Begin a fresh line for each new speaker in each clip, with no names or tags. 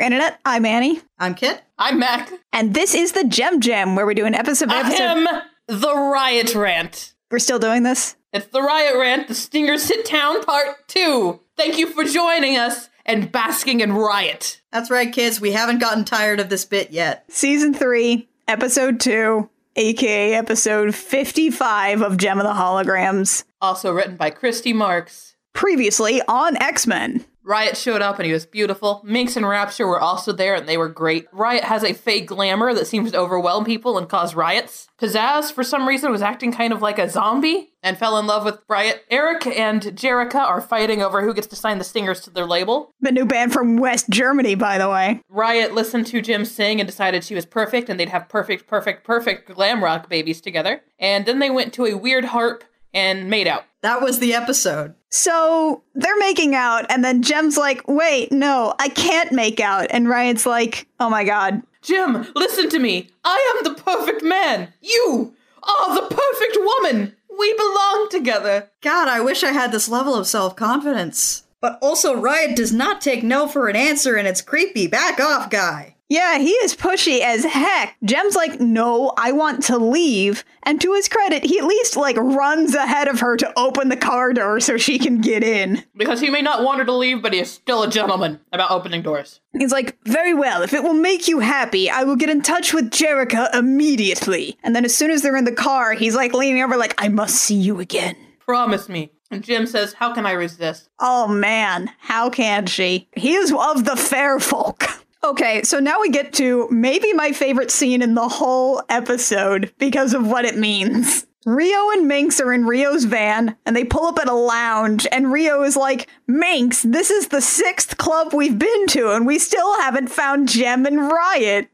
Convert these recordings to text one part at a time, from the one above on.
Internet. I'm Annie.
I'm Kit.
I'm Mac.
And this is the Gem Jam, where we do an episode by
I
episode.
am the Riot Rant.
We're still doing this.
It's the Riot Rant, the Stingers Hit Town Part 2. Thank you for joining us and basking in riot.
That's right, kids. We haven't gotten tired of this bit yet.
Season 3, Episode 2, aka Episode 55 of Gem of the Holograms.
Also written by Christy Marks.
Previously on X Men.
Riot showed up and he was beautiful. Minx and Rapture were also there and they were great. Riot has a fake glamour that seems to overwhelm people and cause riots. Pizzazz, for some reason, was acting kind of like a zombie and fell in love with Riot. Eric and Jerrica are fighting over who gets to sign the stingers to their label.
The new band from West Germany, by the way.
Riot listened to Jim sing and decided she was perfect and they'd have perfect, perfect, perfect glam rock babies together. And then they went to a weird harp and made out.
That was the episode.
So they're making out, and then Gem's like, wait, no, I can't make out. And Riot's like, oh my god.
Jim, listen to me. I am the perfect man. You are the perfect woman. We belong together.
God, I wish I had this level of self confidence. But also, Riot does not take no for an answer, and it's creepy. Back off, guy.
Yeah, he is pushy as heck. Jem's like, no, I want to leave. And to his credit, he at least like runs ahead of her to open the car door so she can get in.
Because he may not want her to leave, but he is still a gentleman about opening doors.
He's like, very well, if it will make you happy, I will get in touch with Jerica immediately. And then as soon as they're in the car, he's like leaning over, like, I must see you again.
Promise me. And Jim says, How can I resist?
Oh man, how can she? He is of the fair folk. Okay, so now we get to maybe my favorite scene in the whole episode because of what it means. Rio and Minx are in Rio's van and they pull up at a lounge, and Rio is like, Minx, this is the sixth club we've been to, and we still haven't found Gem and Riot.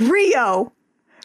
Rio!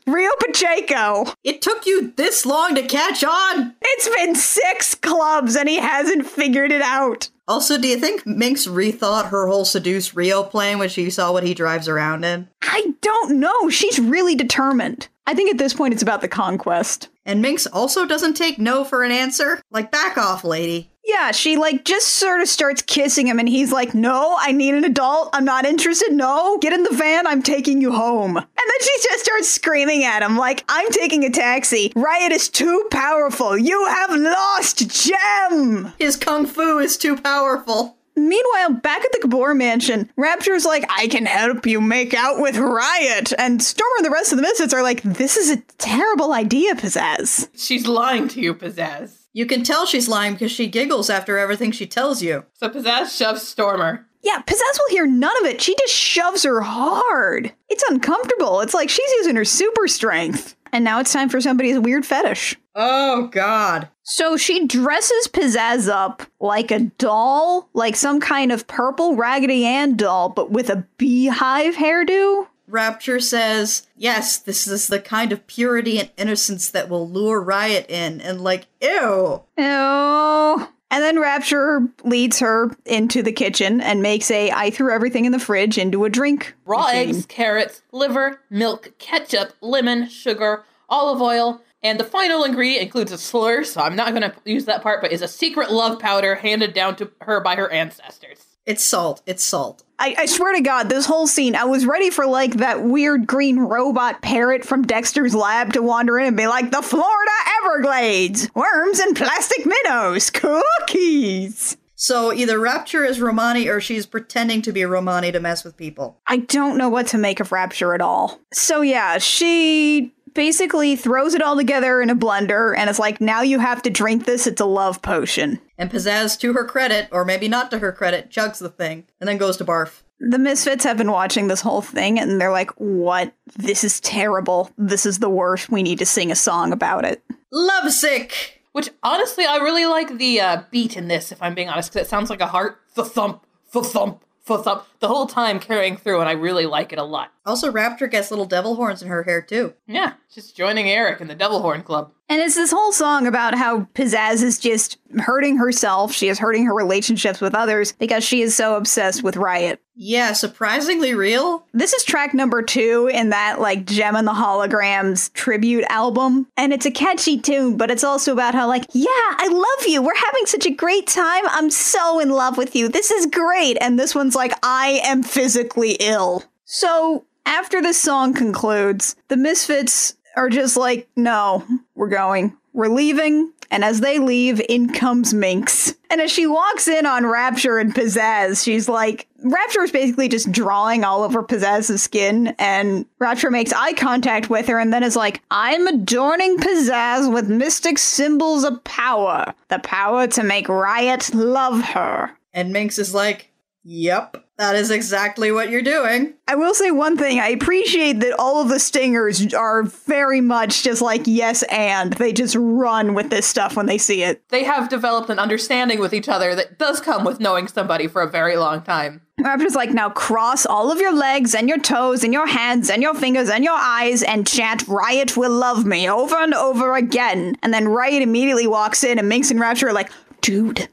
Rio Pacheco!
It took you this long to catch on.
It's been six clubs and he hasn't figured it out.
Also, do you think Minx rethought her whole seduce Rio plan when she saw what he drives around in?
I don't know. She's really determined. I think at this point it's about the conquest.
And Minx also doesn't take no for an answer? Like, back off, lady.
Yeah, she like just sort of starts kissing him and he's like, "No, I need an adult. I'm not interested. No, get in the van. I'm taking you home." And then she just starts screaming at him like, "I'm taking a taxi. Riot is too powerful. You have lost Gem."
His kung fu is too powerful.
Meanwhile, back at the Gabor mansion, Rapture's like, I can help you make out with Riot. And Stormer and the rest of the Misfits are like, this is a terrible idea, Pizzazz.
She's lying to you, Pizzazz.
You can tell she's lying because she giggles after everything she tells you.
So Pizzazz shoves Stormer.
Yeah, Pizzazz will hear none of it. She just shoves her hard. It's uncomfortable. It's like she's using her super strength. And now it's time for somebody's weird fetish.
Oh, God.
So she dresses Pizzazz up like a doll, like some kind of purple Raggedy Ann doll, but with a beehive hairdo.
Rapture says, Yes, this is the kind of purity and innocence that will lure Riot in. And, like, ew.
Oh. And then Rapture leads her into the kitchen and makes a I threw everything in the fridge into a drink.
raw eggs, carrots, liver, milk, ketchup, lemon, sugar, olive oil, and the final ingredient includes a slur, so I'm not going to use that part, but is a secret love powder handed down to her by her ancestors.
It's salt. It's salt.
I, I swear to God, this whole scene, I was ready for like that weird green robot parrot from Dexter's lab to wander in and be like, the Florida Everglades, worms and plastic minnows, cookies.
So either Rapture is Romani or she's pretending to be Romani to mess with people.
I don't know what to make of Rapture at all. So yeah, she basically throws it all together in a blender and it's like, now you have to drink this. It's a love potion.
And Pizzazz, to her credit, or maybe not to her credit, chugs the thing and then goes to barf.
The Misfits have been watching this whole thing and they're like, what? This is terrible. This is the worst. We need to sing a song about it.
Lovesick!
Which, honestly, I really like the uh, beat in this, if I'm being honest, because it sounds like a heart. The thump, the thump, the thump, the whole time carrying through, and I really like it a lot.
Also, Rapture gets little devil horns in her hair, too.
Yeah, just joining Eric and the Devil Horn Club.
And it's this whole song about how Pizzazz is just hurting herself. She is hurting her relationships with others because she is so obsessed with Riot.
Yeah, surprisingly real.
This is track number two in that, like, Gem and the Holograms tribute album. And it's a catchy tune, but it's also about how, like, yeah, I love you. We're having such a great time. I'm so in love with you. This is great. And this one's like, I am physically ill. So after this song concludes, the Misfits are just like, no, we're going. We're leaving. And as they leave, in comes Minx. And as she walks in on Rapture and Pizzazz, she's like, Rapture is basically just drawing all over Pizzazz's skin. And Rapture makes eye contact with her and then is like, I'm adorning Pizzazz with mystic symbols of power. The power to make Riot love her.
And Minx is like, Yep, that is exactly what you're doing.
I will say one thing. I appreciate that all of the stingers are very much just like yes and. They just run with this stuff when they see it.
They have developed an understanding with each other that does come with knowing somebody for a very long time.
Raptor's like, now cross all of your legs and your toes and your hands and your fingers and your eyes and chant, Riot will love me over and over again. And then Riot immediately walks in and Minx and Rapture are like, dude,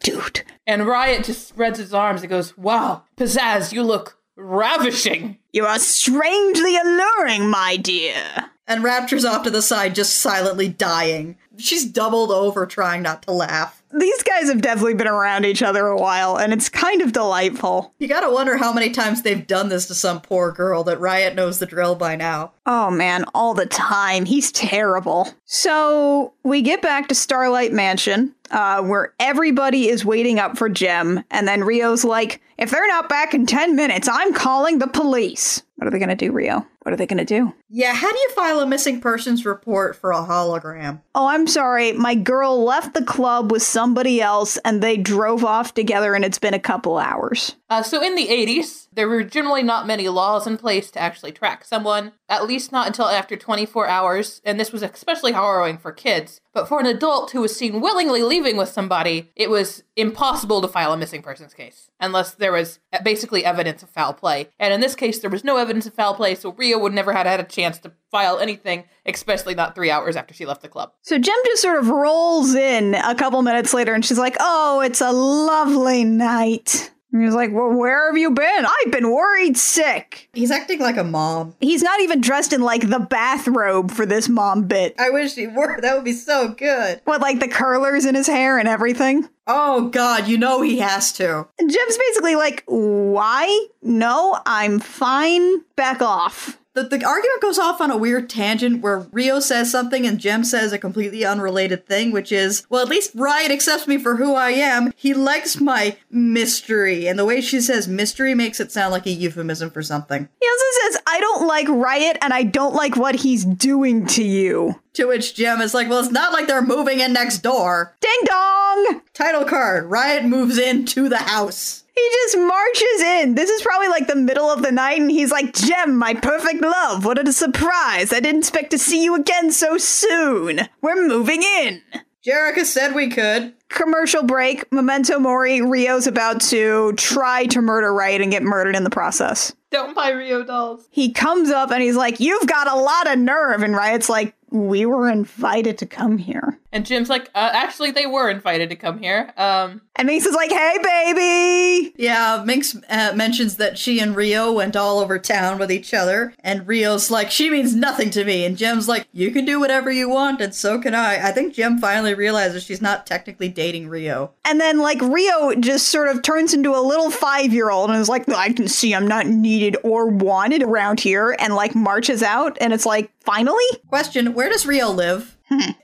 dude.
And Riot just spreads his arms and goes, Wow, Pizzazz, you look ravishing.
You are strangely alluring, my dear.
And Rapture's off to the side, just silently dying. She's doubled over trying not to laugh.
These guys have definitely been around each other a while, and it's kind of delightful.
You gotta wonder how many times they've done this to some poor girl that Riot knows the drill by now.
Oh man, all the time. He's terrible. So we get back to Starlight Mansion, uh, where everybody is waiting up for Gem, and then Rio's like, if they're not back in 10 minutes, I'm calling the police. What are they gonna do, Rio? What are they gonna do?
Yeah, how do you file a missing persons report for a hologram?
Oh, I'm sorry. My girl left the club with somebody else and they drove off together, and it's been a couple hours.
Uh, so in the 80s, there were generally not many laws in place to actually track someone, at least not until after 24 hours, and this was especially harrowing for kids. But for an adult who was seen willingly leaving with somebody, it was impossible to file a missing persons case unless there was uh, basically evidence of foul play. And in this case, there was no evidence of foul play, so Rio would never have had a chance to file anything, especially not three hours after she left the club.
So Jem just sort of rolls in a couple minutes later and she's like, Oh, it's a lovely night. And he's like, Well, where have you been? I've been worried sick.
He's acting like a mom.
He's not even dressed in like the bathrobe for this mom bit.
I wish he were. That would be so good.
With like the curlers in his hair and everything.
Oh god, you know he has to.
And Jim's basically like, Why? No, I'm fine. Back off.
The, the argument goes off on a weird tangent where Rio says something and Jem says a completely unrelated thing, which is, well, at least Riot accepts me for who I am. He likes my mystery. And the way she says mystery makes it sound like a euphemism for something.
He also says, I don't like Riot and I don't like what he's doing to you.
To which Jem is like, well, it's not like they're moving in next door.
Ding dong!
Title card Riot moves into the house.
He just marches in. This is probably like the middle of the night, and he's like, Gem, my perfect love, what a surprise. I didn't expect to see you again so soon. We're moving in.
Jerica said we could.
Commercial break, memento mori. Rio's about to try to murder Riot and get murdered in the process.
Don't buy Rio dolls.
He comes up and he's like, You've got a lot of nerve. And Riot's like, We were invited to come here.
And Jim's like, uh, actually, they were invited to come here. Um,
And Mace is like, Hey, baby.
Yeah, Minx uh, mentions that she and Rio went all over town with each other, and Rio's like, she means nothing to me. And Jem's like, you can do whatever you want, and so can I. I think Jem finally realizes she's not technically dating Rio.
And then, like, Rio just sort of turns into a little five year old and is like, I can see I'm not needed or wanted around here, and like marches out. And it's like, Finally?
Question Where does Rio live?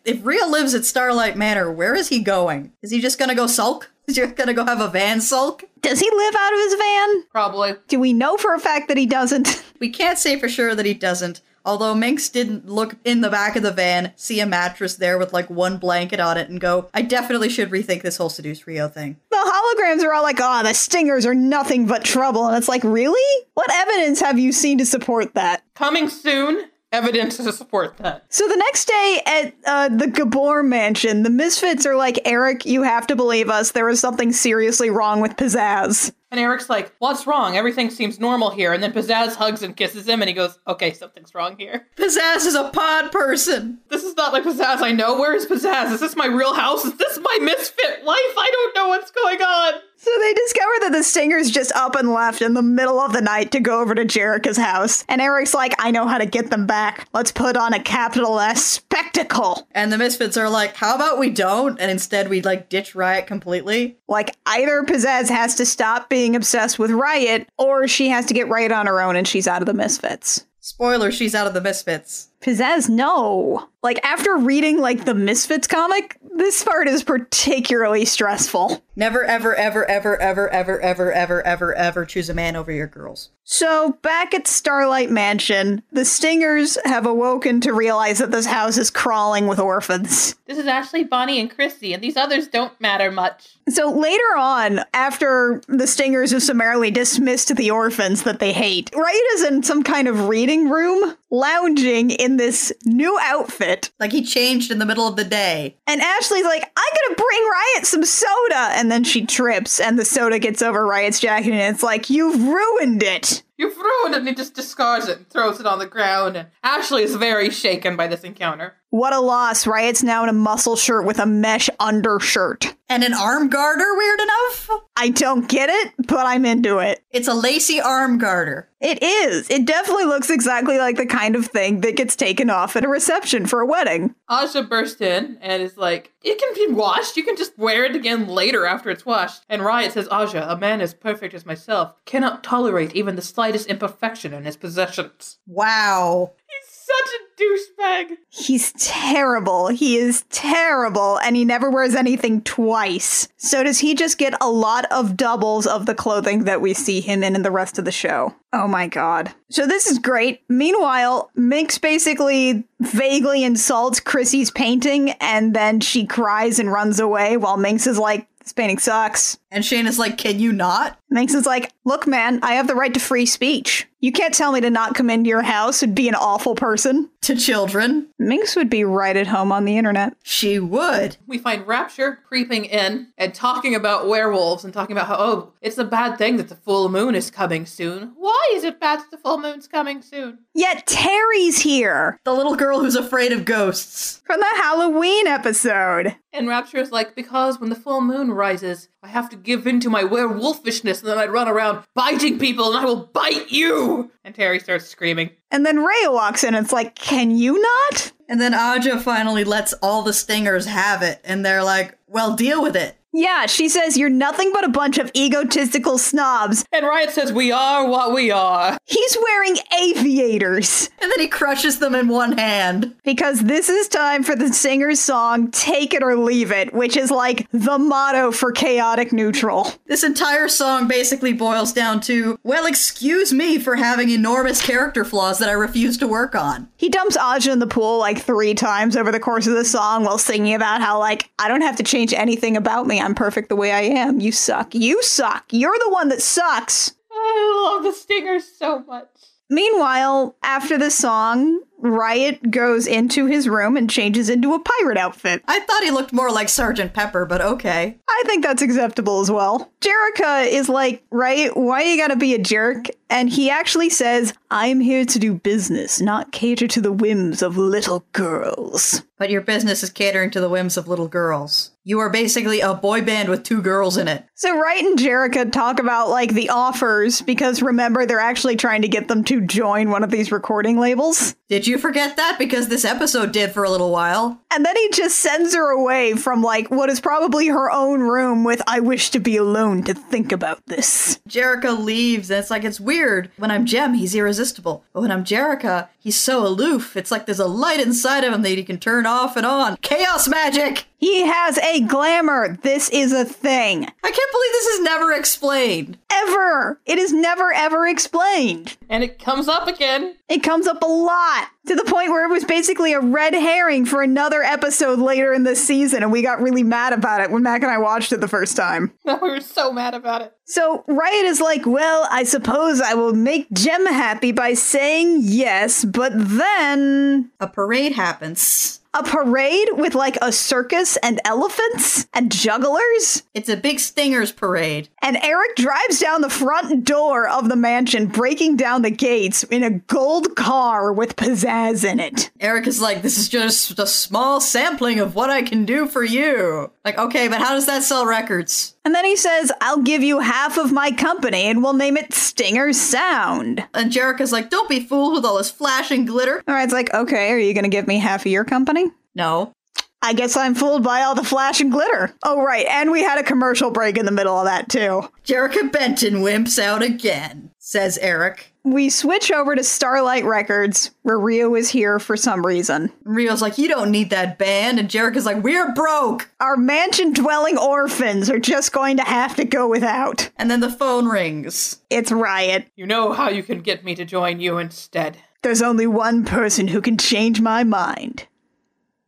if Rio lives at Starlight Manor, where is he going? Is he just gonna go sulk? Is he just gonna go have a van sulk?
Does he live out of his van?
probably.
Do we know for a fact that he doesn't?
We can't say for sure that he doesn't. Although Minx didn't look in the back of the van, see a mattress there with like one blanket on it, and go, I definitely should rethink this whole seduce Rio thing.
The holograms are all like, oh, the stingers are nothing but trouble. And it's like, really? What evidence have you seen to support that?
Coming soon, evidence to support that.
So the next day at uh, the Gabor mansion, the misfits are like, Eric, you have to believe us. There is something seriously wrong with Pizzazz.
And Eric's like, what's wrong? Everything seems normal here. And then Pizzazz hugs and kisses him, and he goes, okay, something's wrong here.
Pizzazz is a pod person.
This is not like Pizzazz I know. Where is Pizzazz? Is this my real house? Is this my misfit life? I don't know what's going on.
So they discover that the stinger's just up and left in the middle of the night to go over to Jerica's house. And Eric's like, I know how to get them back. Let's put on a capital S spectacle.
And the misfits are like, how about we don't? And instead we like ditch Riot completely.
Like, either Pizzazz has to stop being obsessed with Riot, or she has to get right on her own and she's out of the Misfits.
Spoiler, she's out of the misfits.
Pizzazz, no. Like, after reading, like, the Misfits comic, this part is particularly stressful.
Never, ever, ever, ever, ever, ever, ever, ever, ever, ever choose a man over your girls.
So, back at Starlight Mansion, the Stingers have awoken to realize that this house is crawling with orphans.
This is Ashley, Bonnie, and Chrissy, and these others don't matter much.
So, later on, after the Stingers have summarily dismissed the orphans that they hate, Wright is in some kind of reading room, lounging in this new outfit.
Like he changed in the middle of the day.
And Ashley's like, I'm gonna bring Riot some soda. And then she trips, and the soda gets over Riot's jacket, and it's like, You've ruined it.
You've ruined it, and he just discards it and throws it on the ground. And Ashley is very shaken by this encounter.
What a loss. Riot's now in a muscle shirt with a mesh undershirt.
And an arm garter, weird enough?
I don't get it, but I'm into it.
It's a lacy arm garter.
It is. It definitely looks exactly like the kind of thing that gets taken off at a reception for a wedding.
Aja bursts in and is like, It can be washed. You can just wear it again later after it's washed. And Riot says, Aja, a man as perfect as myself cannot tolerate even the slightest imperfection in his possessions.
Wow.
He's such a douchebag.
He's terrible. He is terrible, and he never wears anything twice. So, does he just get a lot of doubles of the clothing that we see him in in the rest of the show? Oh my god. So, this is great. Meanwhile, Minx basically vaguely insults Chrissy's painting, and then she cries and runs away while Minx is like, This painting sucks.
And Shane is like, can you not?
Minx is like, Look, man, I have the right to free speech. You can't tell me to not come into your house and be an awful person.
To children.
Minx would be right at home on the internet.
She would.
We find Rapture creeping in and talking about werewolves and talking about how, oh, it's a bad thing that the full moon is coming soon. Why is it bad that the full moon's coming soon?
Yet Terry's here
The little girl who's afraid of ghosts.
from the Halloween episode.
And Rapture is like, because when the full moon rises, I have to give in to my werewolfishness and then I'd run around biting people and I will bite you! And Terry starts screaming.
And then Ray walks in and it's like, can you not?
And then Aja finally lets all the stingers have it. And they're like, well, deal with it.
Yeah, she says, you're nothing but a bunch of egotistical snobs.
And Riot says, we are what we are.
He's wearing aviators.
And then he crushes them in one hand.
Because this is time for the singer's song, Take It or Leave It, which is like the motto for chaotic neutral.
This entire song basically boils down to, well, excuse me for having enormous character flaws that I refuse to work on.
He dumps Aja in the pool like three times over the course of the song while singing about how, like, I don't have to change anything about me. I'm perfect the way I am. You suck. You suck. You're the one that sucks.
I love the stingers so much.
Meanwhile, after the song, Riot goes into his room and changes into a pirate outfit.
I thought he looked more like Sergeant Pepper, but okay.
I think that's acceptable as well. Jerica is like, right, why you gotta be a jerk? And he actually says, I'm here to do business, not cater to the whims of little girls.
But your business is catering to the whims of little girls. You are basically a boy band with two girls in it.
So Wright and Jerica talk about like the offers because remember they're actually trying to get them to join one of these recording labels.
Did you forget that? Because this episode did for a little while.
And then he just sends her away from like what is probably her own room with I wish to be alone to think about this.
Jerica leaves, and it's like, it's weird. When I'm Jem, he's irresistible. But when I'm Jerica, he's so aloof. It's like there's a light inside of him that he can turn off and on. Chaos magic!
He has a glamour. This is a thing.
I can't believe this is never explained.
Ever. It is never ever explained.
And it comes up again.
It comes up a lot to the point where it was basically a red herring for another episode later in this season and we got really mad about it when Mac and I watched it the first time.
we were so mad about it.
So Riot is like, well, I suppose I will make Jem happy by saying yes, but then
A parade happens.
a parade with like a circus and elephants and jugglers?
It's a big stingers parade.
And Eric drives down the front door of the mansion, breaking down the gates in a gold car with Pizzazz pizzazz in it.
Eric is like, this is just a small sampling of what I can do for you. Like, okay, but how does that sell records?
And then he says, I'll give you half of my company and we'll name it Stinger Sound.
And Jerica's like, don't be fooled with all this flash and glitter.
All right, it's like, okay, are you going to give me half of your company?
No.
I guess I'm fooled by all the flash and glitter. Oh, right. And we had a commercial break in the middle of that, too.
Jerica Benton wimps out again, says Eric.
We switch over to Starlight Records, where Rio is here for some reason.
And Rio's like, you don't need that band. And Jerica's like, we're broke.
Our mansion dwelling orphans are just going to have to go without.
And then the phone rings.
It's Riot.
You know how you can get me to join you instead.
There's only one person who can change my mind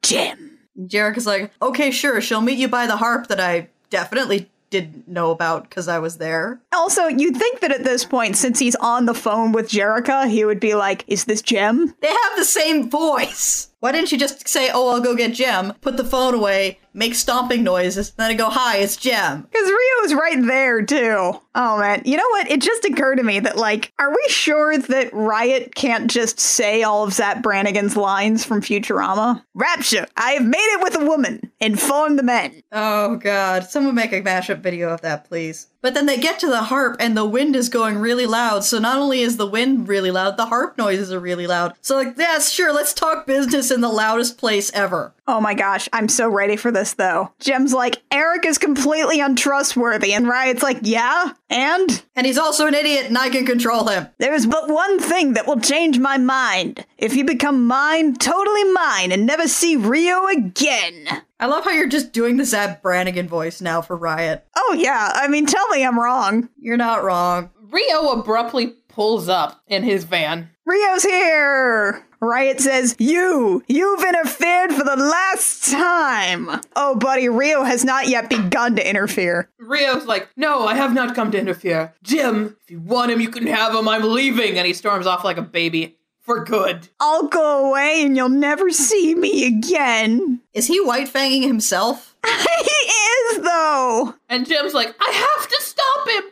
Jim.
Jerica's like, okay, sure, she'll meet you by the harp that I definitely didn't know about because I was there.
Also, you'd think that at this point, since he's on the phone with Jerica, he would be like, Is this Jim?
They have the same voice. Why didn't you just say, oh, I'll go get Jem, put the phone away, make stomping noises, and then I go, hi, it's Jem.
Because Rio's right there, too. Oh, man. You know what? It just occurred to me that, like, are we sure that Riot can't just say all of Zap Brannigan's lines from Futurama? Rapture, I have made it with a woman. Inform the men.
Oh, God. Someone make a mashup video of that, please. But then they get to the harp and the wind is going really loud. So not only is the wind really loud, the harp noises are really loud. So like, yeah, sure, let's talk business in the loudest place ever.
Oh my gosh, I'm so ready for this though. Jim's like, Eric is completely untrustworthy. And Riot's like, yeah, and?
And he's also an idiot and I can control him.
There's but one thing that will change my mind. If you become mine, totally mine, and never see Rio again.
I love how you're just doing the Zab Brannigan voice now for Riot.
Oh yeah, I mean, tell me I'm wrong.
You're not wrong.
Rio abruptly pulls up in his van.
Rio's here! Riot says, You! You've interfered for the last time! Oh, buddy, Rio has not yet begun to interfere.
Rio's like, No, I have not come to interfere. Jim, if you want him, you can have him. I'm leaving. And he storms off like a baby. For good.
I'll go away and you'll never see me again.
Is he white fanging himself?
he is, though!
And Jim's like, I have to stop him!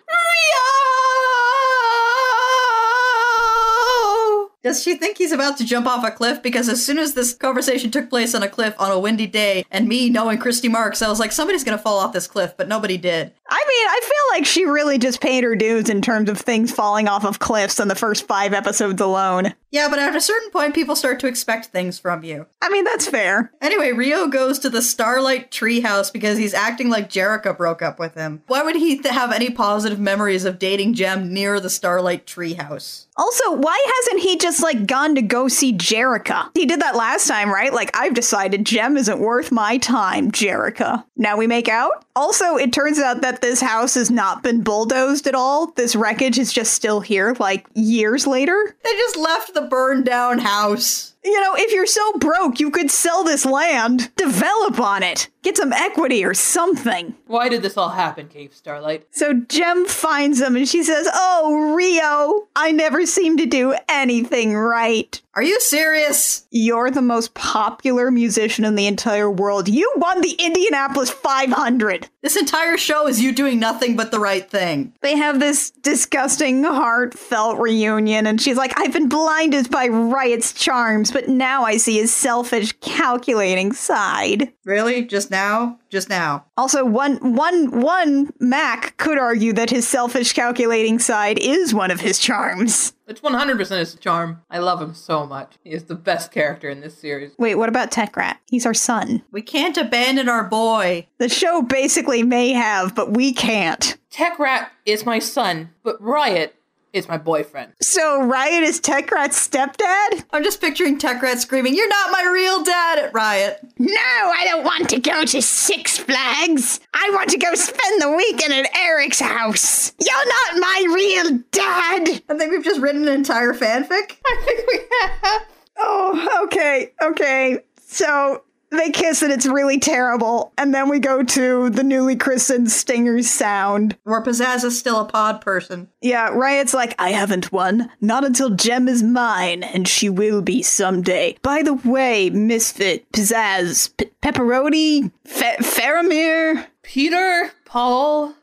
Rio!
Does she think he's about to jump off a cliff? Because as soon as this conversation took place on a cliff on a windy day, and me knowing Christy Marks, I was like, somebody's gonna fall off this cliff, but nobody did.
I mean, I feel like she really just paid her dues in terms of things falling off of cliffs in the first five episodes alone.
Yeah, but at a certain point, people start to expect things from you.
I mean, that's fair.
Anyway, Rio goes to the Starlight Treehouse because he's acting like Jerica broke up with him. Why would he th- have any positive memories of dating Jem near the Starlight Treehouse?
Also, why hasn't he just like gone to go see Jerica? He did that last time, right? Like, I've decided Jem isn't worth my time, Jerica. Now we make out? Also, it turns out that this house has not been bulldozed at all. This wreckage is just still here, like years later.
They just left the burned down house.
You know, if you're so broke, you could sell this land, develop on it, get some equity or something.
Why did this all happen, Cave Starlight?
So Jem finds him and she says, Oh, Rio, I never seem to do anything right.
Are you serious?
You're the most popular musician in the entire world. You won the Indianapolis 500.
This entire show is you doing nothing but the right thing.
They have this disgusting, heartfelt reunion, and she's like, I've been blinded by Riot's charms, but now I see his selfish, calculating side.
Really? Just now? Just now.
Also, one, one, one Mac could argue that his selfish, calculating side is one of his charms.
It's 100% his charm. I love him so much. He is the best character in this series.
Wait, what about Tech Rat? He's our son.
We can't abandon our boy.
The show basically may have, but we can't.
Tech Rat is my son, but Riot is my boyfriend.
So Riot is Tech Rat's stepdad?
I'm just picturing Tech Rat screaming, You're not my real dad at Riot.
No, I don't want to go to Six Flags. I want to go spend the weekend at Eric's house. You're not my real dad.
I think we've just written an entire fanfic.
I think we have.
Oh, okay, okay. So they kiss and it's really terrible. And then we go to the newly christened Stinger's Sound.
Where Pizzazz is still a pod person.
Yeah, Riot's like, I haven't won. Not until Jem is mine, and she will be someday. By the way, Misfit, Pizzazz, P- Pepperoni, Fe- Faramir.
Peter, Paul,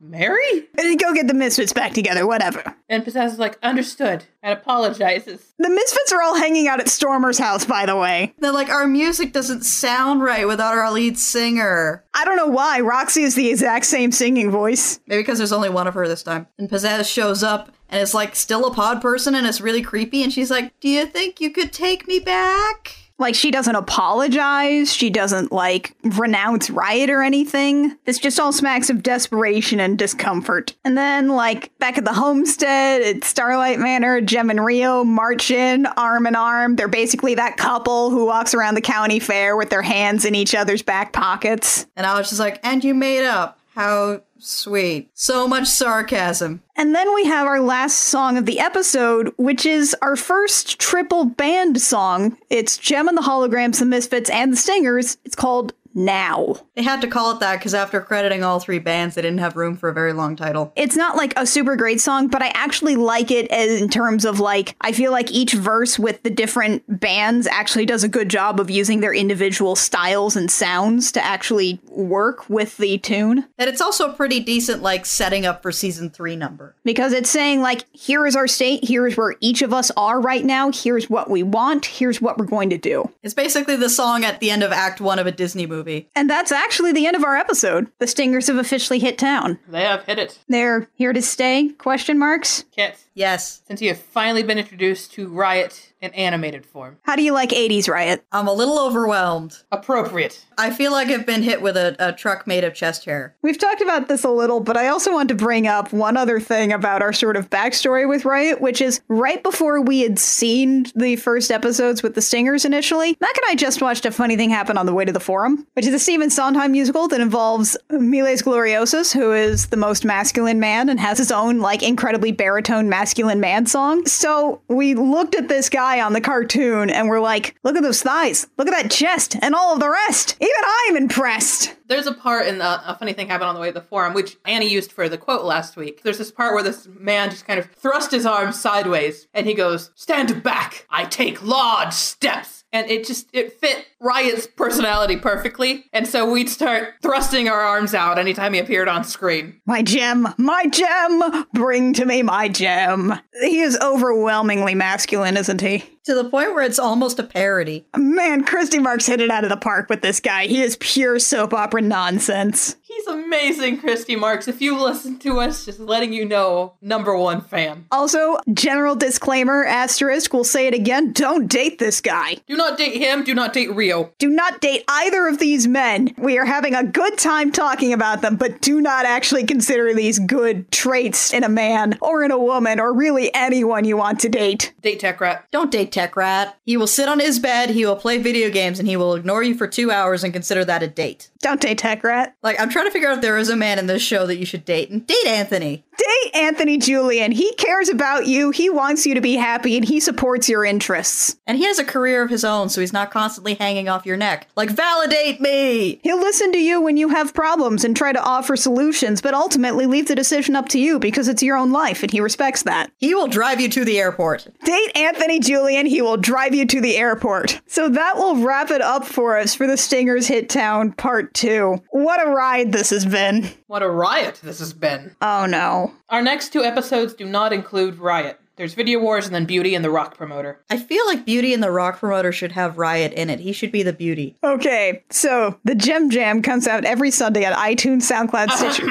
Mary?
Go get the misfits back together, whatever.
And Pizzazz is like, understood, and apologizes.
The misfits are all hanging out at Stormer's house, by the way.
They're like, our music doesn't sound right without our lead singer.
I don't know why. Roxy is the exact same singing voice.
Maybe because there's only one of her this time. And Pizzazz shows up and it's like still a pod person and it's really creepy. And she's like, Do you think you could take me back?
Like, she doesn't apologize. She doesn't, like, renounce riot or anything. It's just all smacks of desperation and discomfort. And then, like, back at the homestead at Starlight Manor, Jem and Rio march in arm in arm. They're basically that couple who walks around the county fair with their hands in each other's back pockets.
And I was just like, And you made up. How sweet. So much sarcasm.
And then we have our last song of the episode, which is our first triple band song. It's Gem and the Holograms, the Misfits, and the Stingers. It's called Now.
They had to call it that because after crediting all three bands, they didn't have room for a very long title.
It's not like a super great song, but I actually like it as- in terms of like, I feel like each verse with the different bands actually does a good job of using their individual styles and sounds to actually work with the tune.
And it's also a pretty decent, like, setting up for season three number.
because it's saying like here is our state here's where each of us are right now here's what we want here's what we're going to do
It's basically the song at the end of Act One of a Disney movie.
and that's actually the end of our episode the stingers have officially hit town
They have hit it.
they're here to stay question marks
Kit,
Yes.
since you have finally been introduced to Riot in animated form.
how do you like 80s riot
I'm a little overwhelmed.
Appropriate.
I feel like I've been hit with a, a truck made of chest hair.
We've talked about this a little, but I also want to bring up one other thing about our sort of backstory with Riot, which is right before we had seen the first episodes with the Stingers initially, Mac and I just watched a funny thing happen on the way to the forum, which is a Stephen Sondheim musical that involves Miles Gloriosus, who is the most masculine man and has his own, like, incredibly baritone masculine man song. So we looked at this guy on the cartoon and we're like, look at those thighs, look at that chest, and all of the rest. Even I'm impressed.
There's a part in the, a funny thing happened on the way to the forum, which Annie used for the quote last week. There's this part where this man just kind of thrust his arm sideways and he goes, Stand back! I take large steps! And it just, it fit Riot's personality perfectly. And so we'd start thrusting our arms out anytime he appeared on screen.
My gem, my gem, bring to me my gem. He is overwhelmingly masculine, isn't he?
To the point where it's almost a parody.
Man, Christy Marks hit it out of the park with this guy. He is pure soap opera nonsense.
He's amazing, Christy Marks. If you listen to us, just letting you know, number one fan.
Also, general disclaimer asterisk, we'll say it again don't date this guy.
Do not date him, do not date Rio.
Do not date either of these men. We are having a good time talking about them, but do not actually consider these good traits in a man or in a woman or really anyone you want to date.
Date Tech Rat.
Don't date Tech Rat. He will sit on his bed, he will play video games, and he will ignore you for two hours and consider that a date.
Don't date Tech Rat.
Like, I'm trying to figure out if there is a man in this show that you should date, and date Anthony.
Date Anthony Julian. He cares about you. He wants you to be happy and he supports your interests.
And he has a career of his own, so he's not constantly hanging off your neck. Like, validate me!
He'll listen to you when you have problems and try to offer solutions, but ultimately leave the decision up to you because it's your own life and he respects that.
He will drive you to the airport.
Date Anthony Julian. He will drive you to the airport. So that will wrap it up for us for the Stingers Hit Town Part 2. What a ride this has been.
What a riot this has been.
Oh no.
Our next two episodes do not include Riot. There's Video Wars and then Beauty and the Rock Promoter.
I feel like Beauty and the Rock Promoter should have Riot in it. He should be the beauty.
Okay, so the Gem Jam comes out every Sunday on iTunes, SoundCloud, Stitcher.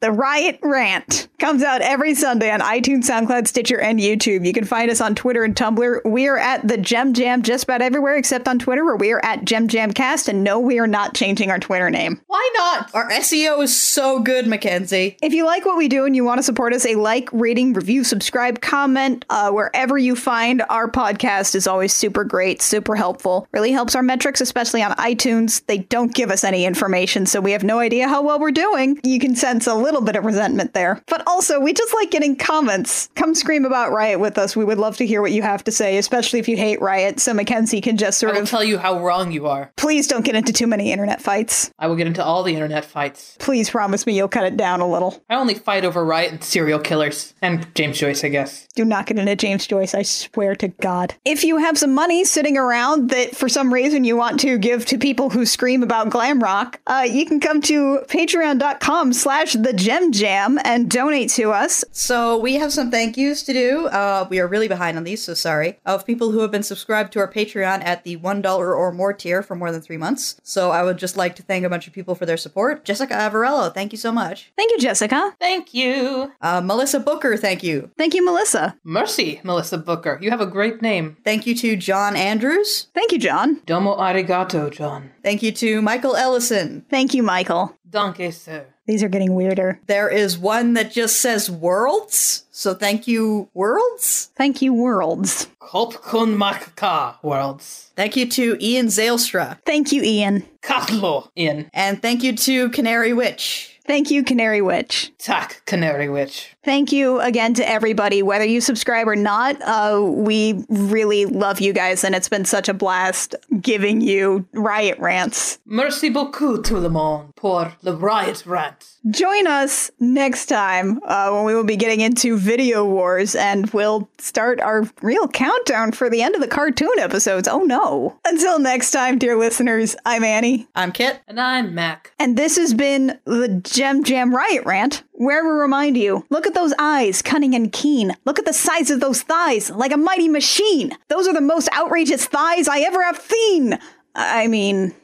the Riot Rant comes out every Sunday on iTunes, SoundCloud, Stitcher, and YouTube. You can find us on Twitter and Tumblr. We are at the Gem Jam just about everywhere except on Twitter, where we are at Gem Jamcast. And no, we are not changing our Twitter name.
Why not?
Our SEO is so good, Mackenzie.
If you like what we do and you want to support us, a like, rating, review, subscribe, comment, uh, wherever you find our podcast is always super great, super helpful. Really helps our metrics, especially on iTunes. They don't give us any information, so we have no idea how well we're doing. You can sense a little bit of resentment there. But also, we just like getting comments. Come scream about Riot with us. We would love to hear what you have to say, especially if you hate Riot, so Mackenzie can just
I
sort
will
of.
tell you how wrong you are.
Please don't get into too many internet fights.
I will get into all the internet fights.
Please promise me you'll cut it down a little.
I only fight over Riot and serial killers. And James Joyce, I guess.
Do not get into James Joyce, I swear to God. If you have some money sitting around that for some reason you want to give to people who scream about glam rock, uh, you can come to patreon.com slash the Gem Jam and donate to us.
So we have some thank yous to do. Uh, we are really behind on these, so sorry. Of people who have been subscribed to our Patreon at the one dollar or more tier for more than three months. So I would just like to thank a bunch of people for their support. Jessica Avarello, thank you so much.
Thank you, Jessica.
Thank you.
Uh, Melissa Booker, thank you.
Thank you, Melissa.
Mercy, Melissa Booker. You have a great name.
Thank you to John Andrews.
Thank you, John.
Domo arigato, John.
Thank you to Michael Ellison.
Thank you, Michael.
Danke, sir.
These are getting weirder.
There is one that just says worlds. So thank you, worlds.
Thank you, Worlds.
Kopkun makka, worlds.
Thank you to Ian Zalestra.
Thank you, Ian.
Kahlo in.
And thank you to Canary Witch.
Thank you, Canary Witch.
Tak, canary witch.
Thank you again to everybody, whether you subscribe or not. Uh, we really love you guys, and it's been such a blast giving you riot rants.
Merci beaucoup tout le monde pour le riot rant.
Join us next time uh, when we will be getting into video wars, and we'll start our real countdown for the end of the cartoon episodes. Oh no! Until next time, dear listeners, I'm Annie.
I'm Kit.
And I'm Mac.
And this has been the Gem Jam Riot Rant, where we remind you look at those eyes, cunning and keen. Look at the size of those thighs, like a mighty machine. Those are the most outrageous thighs I ever have seen. I mean,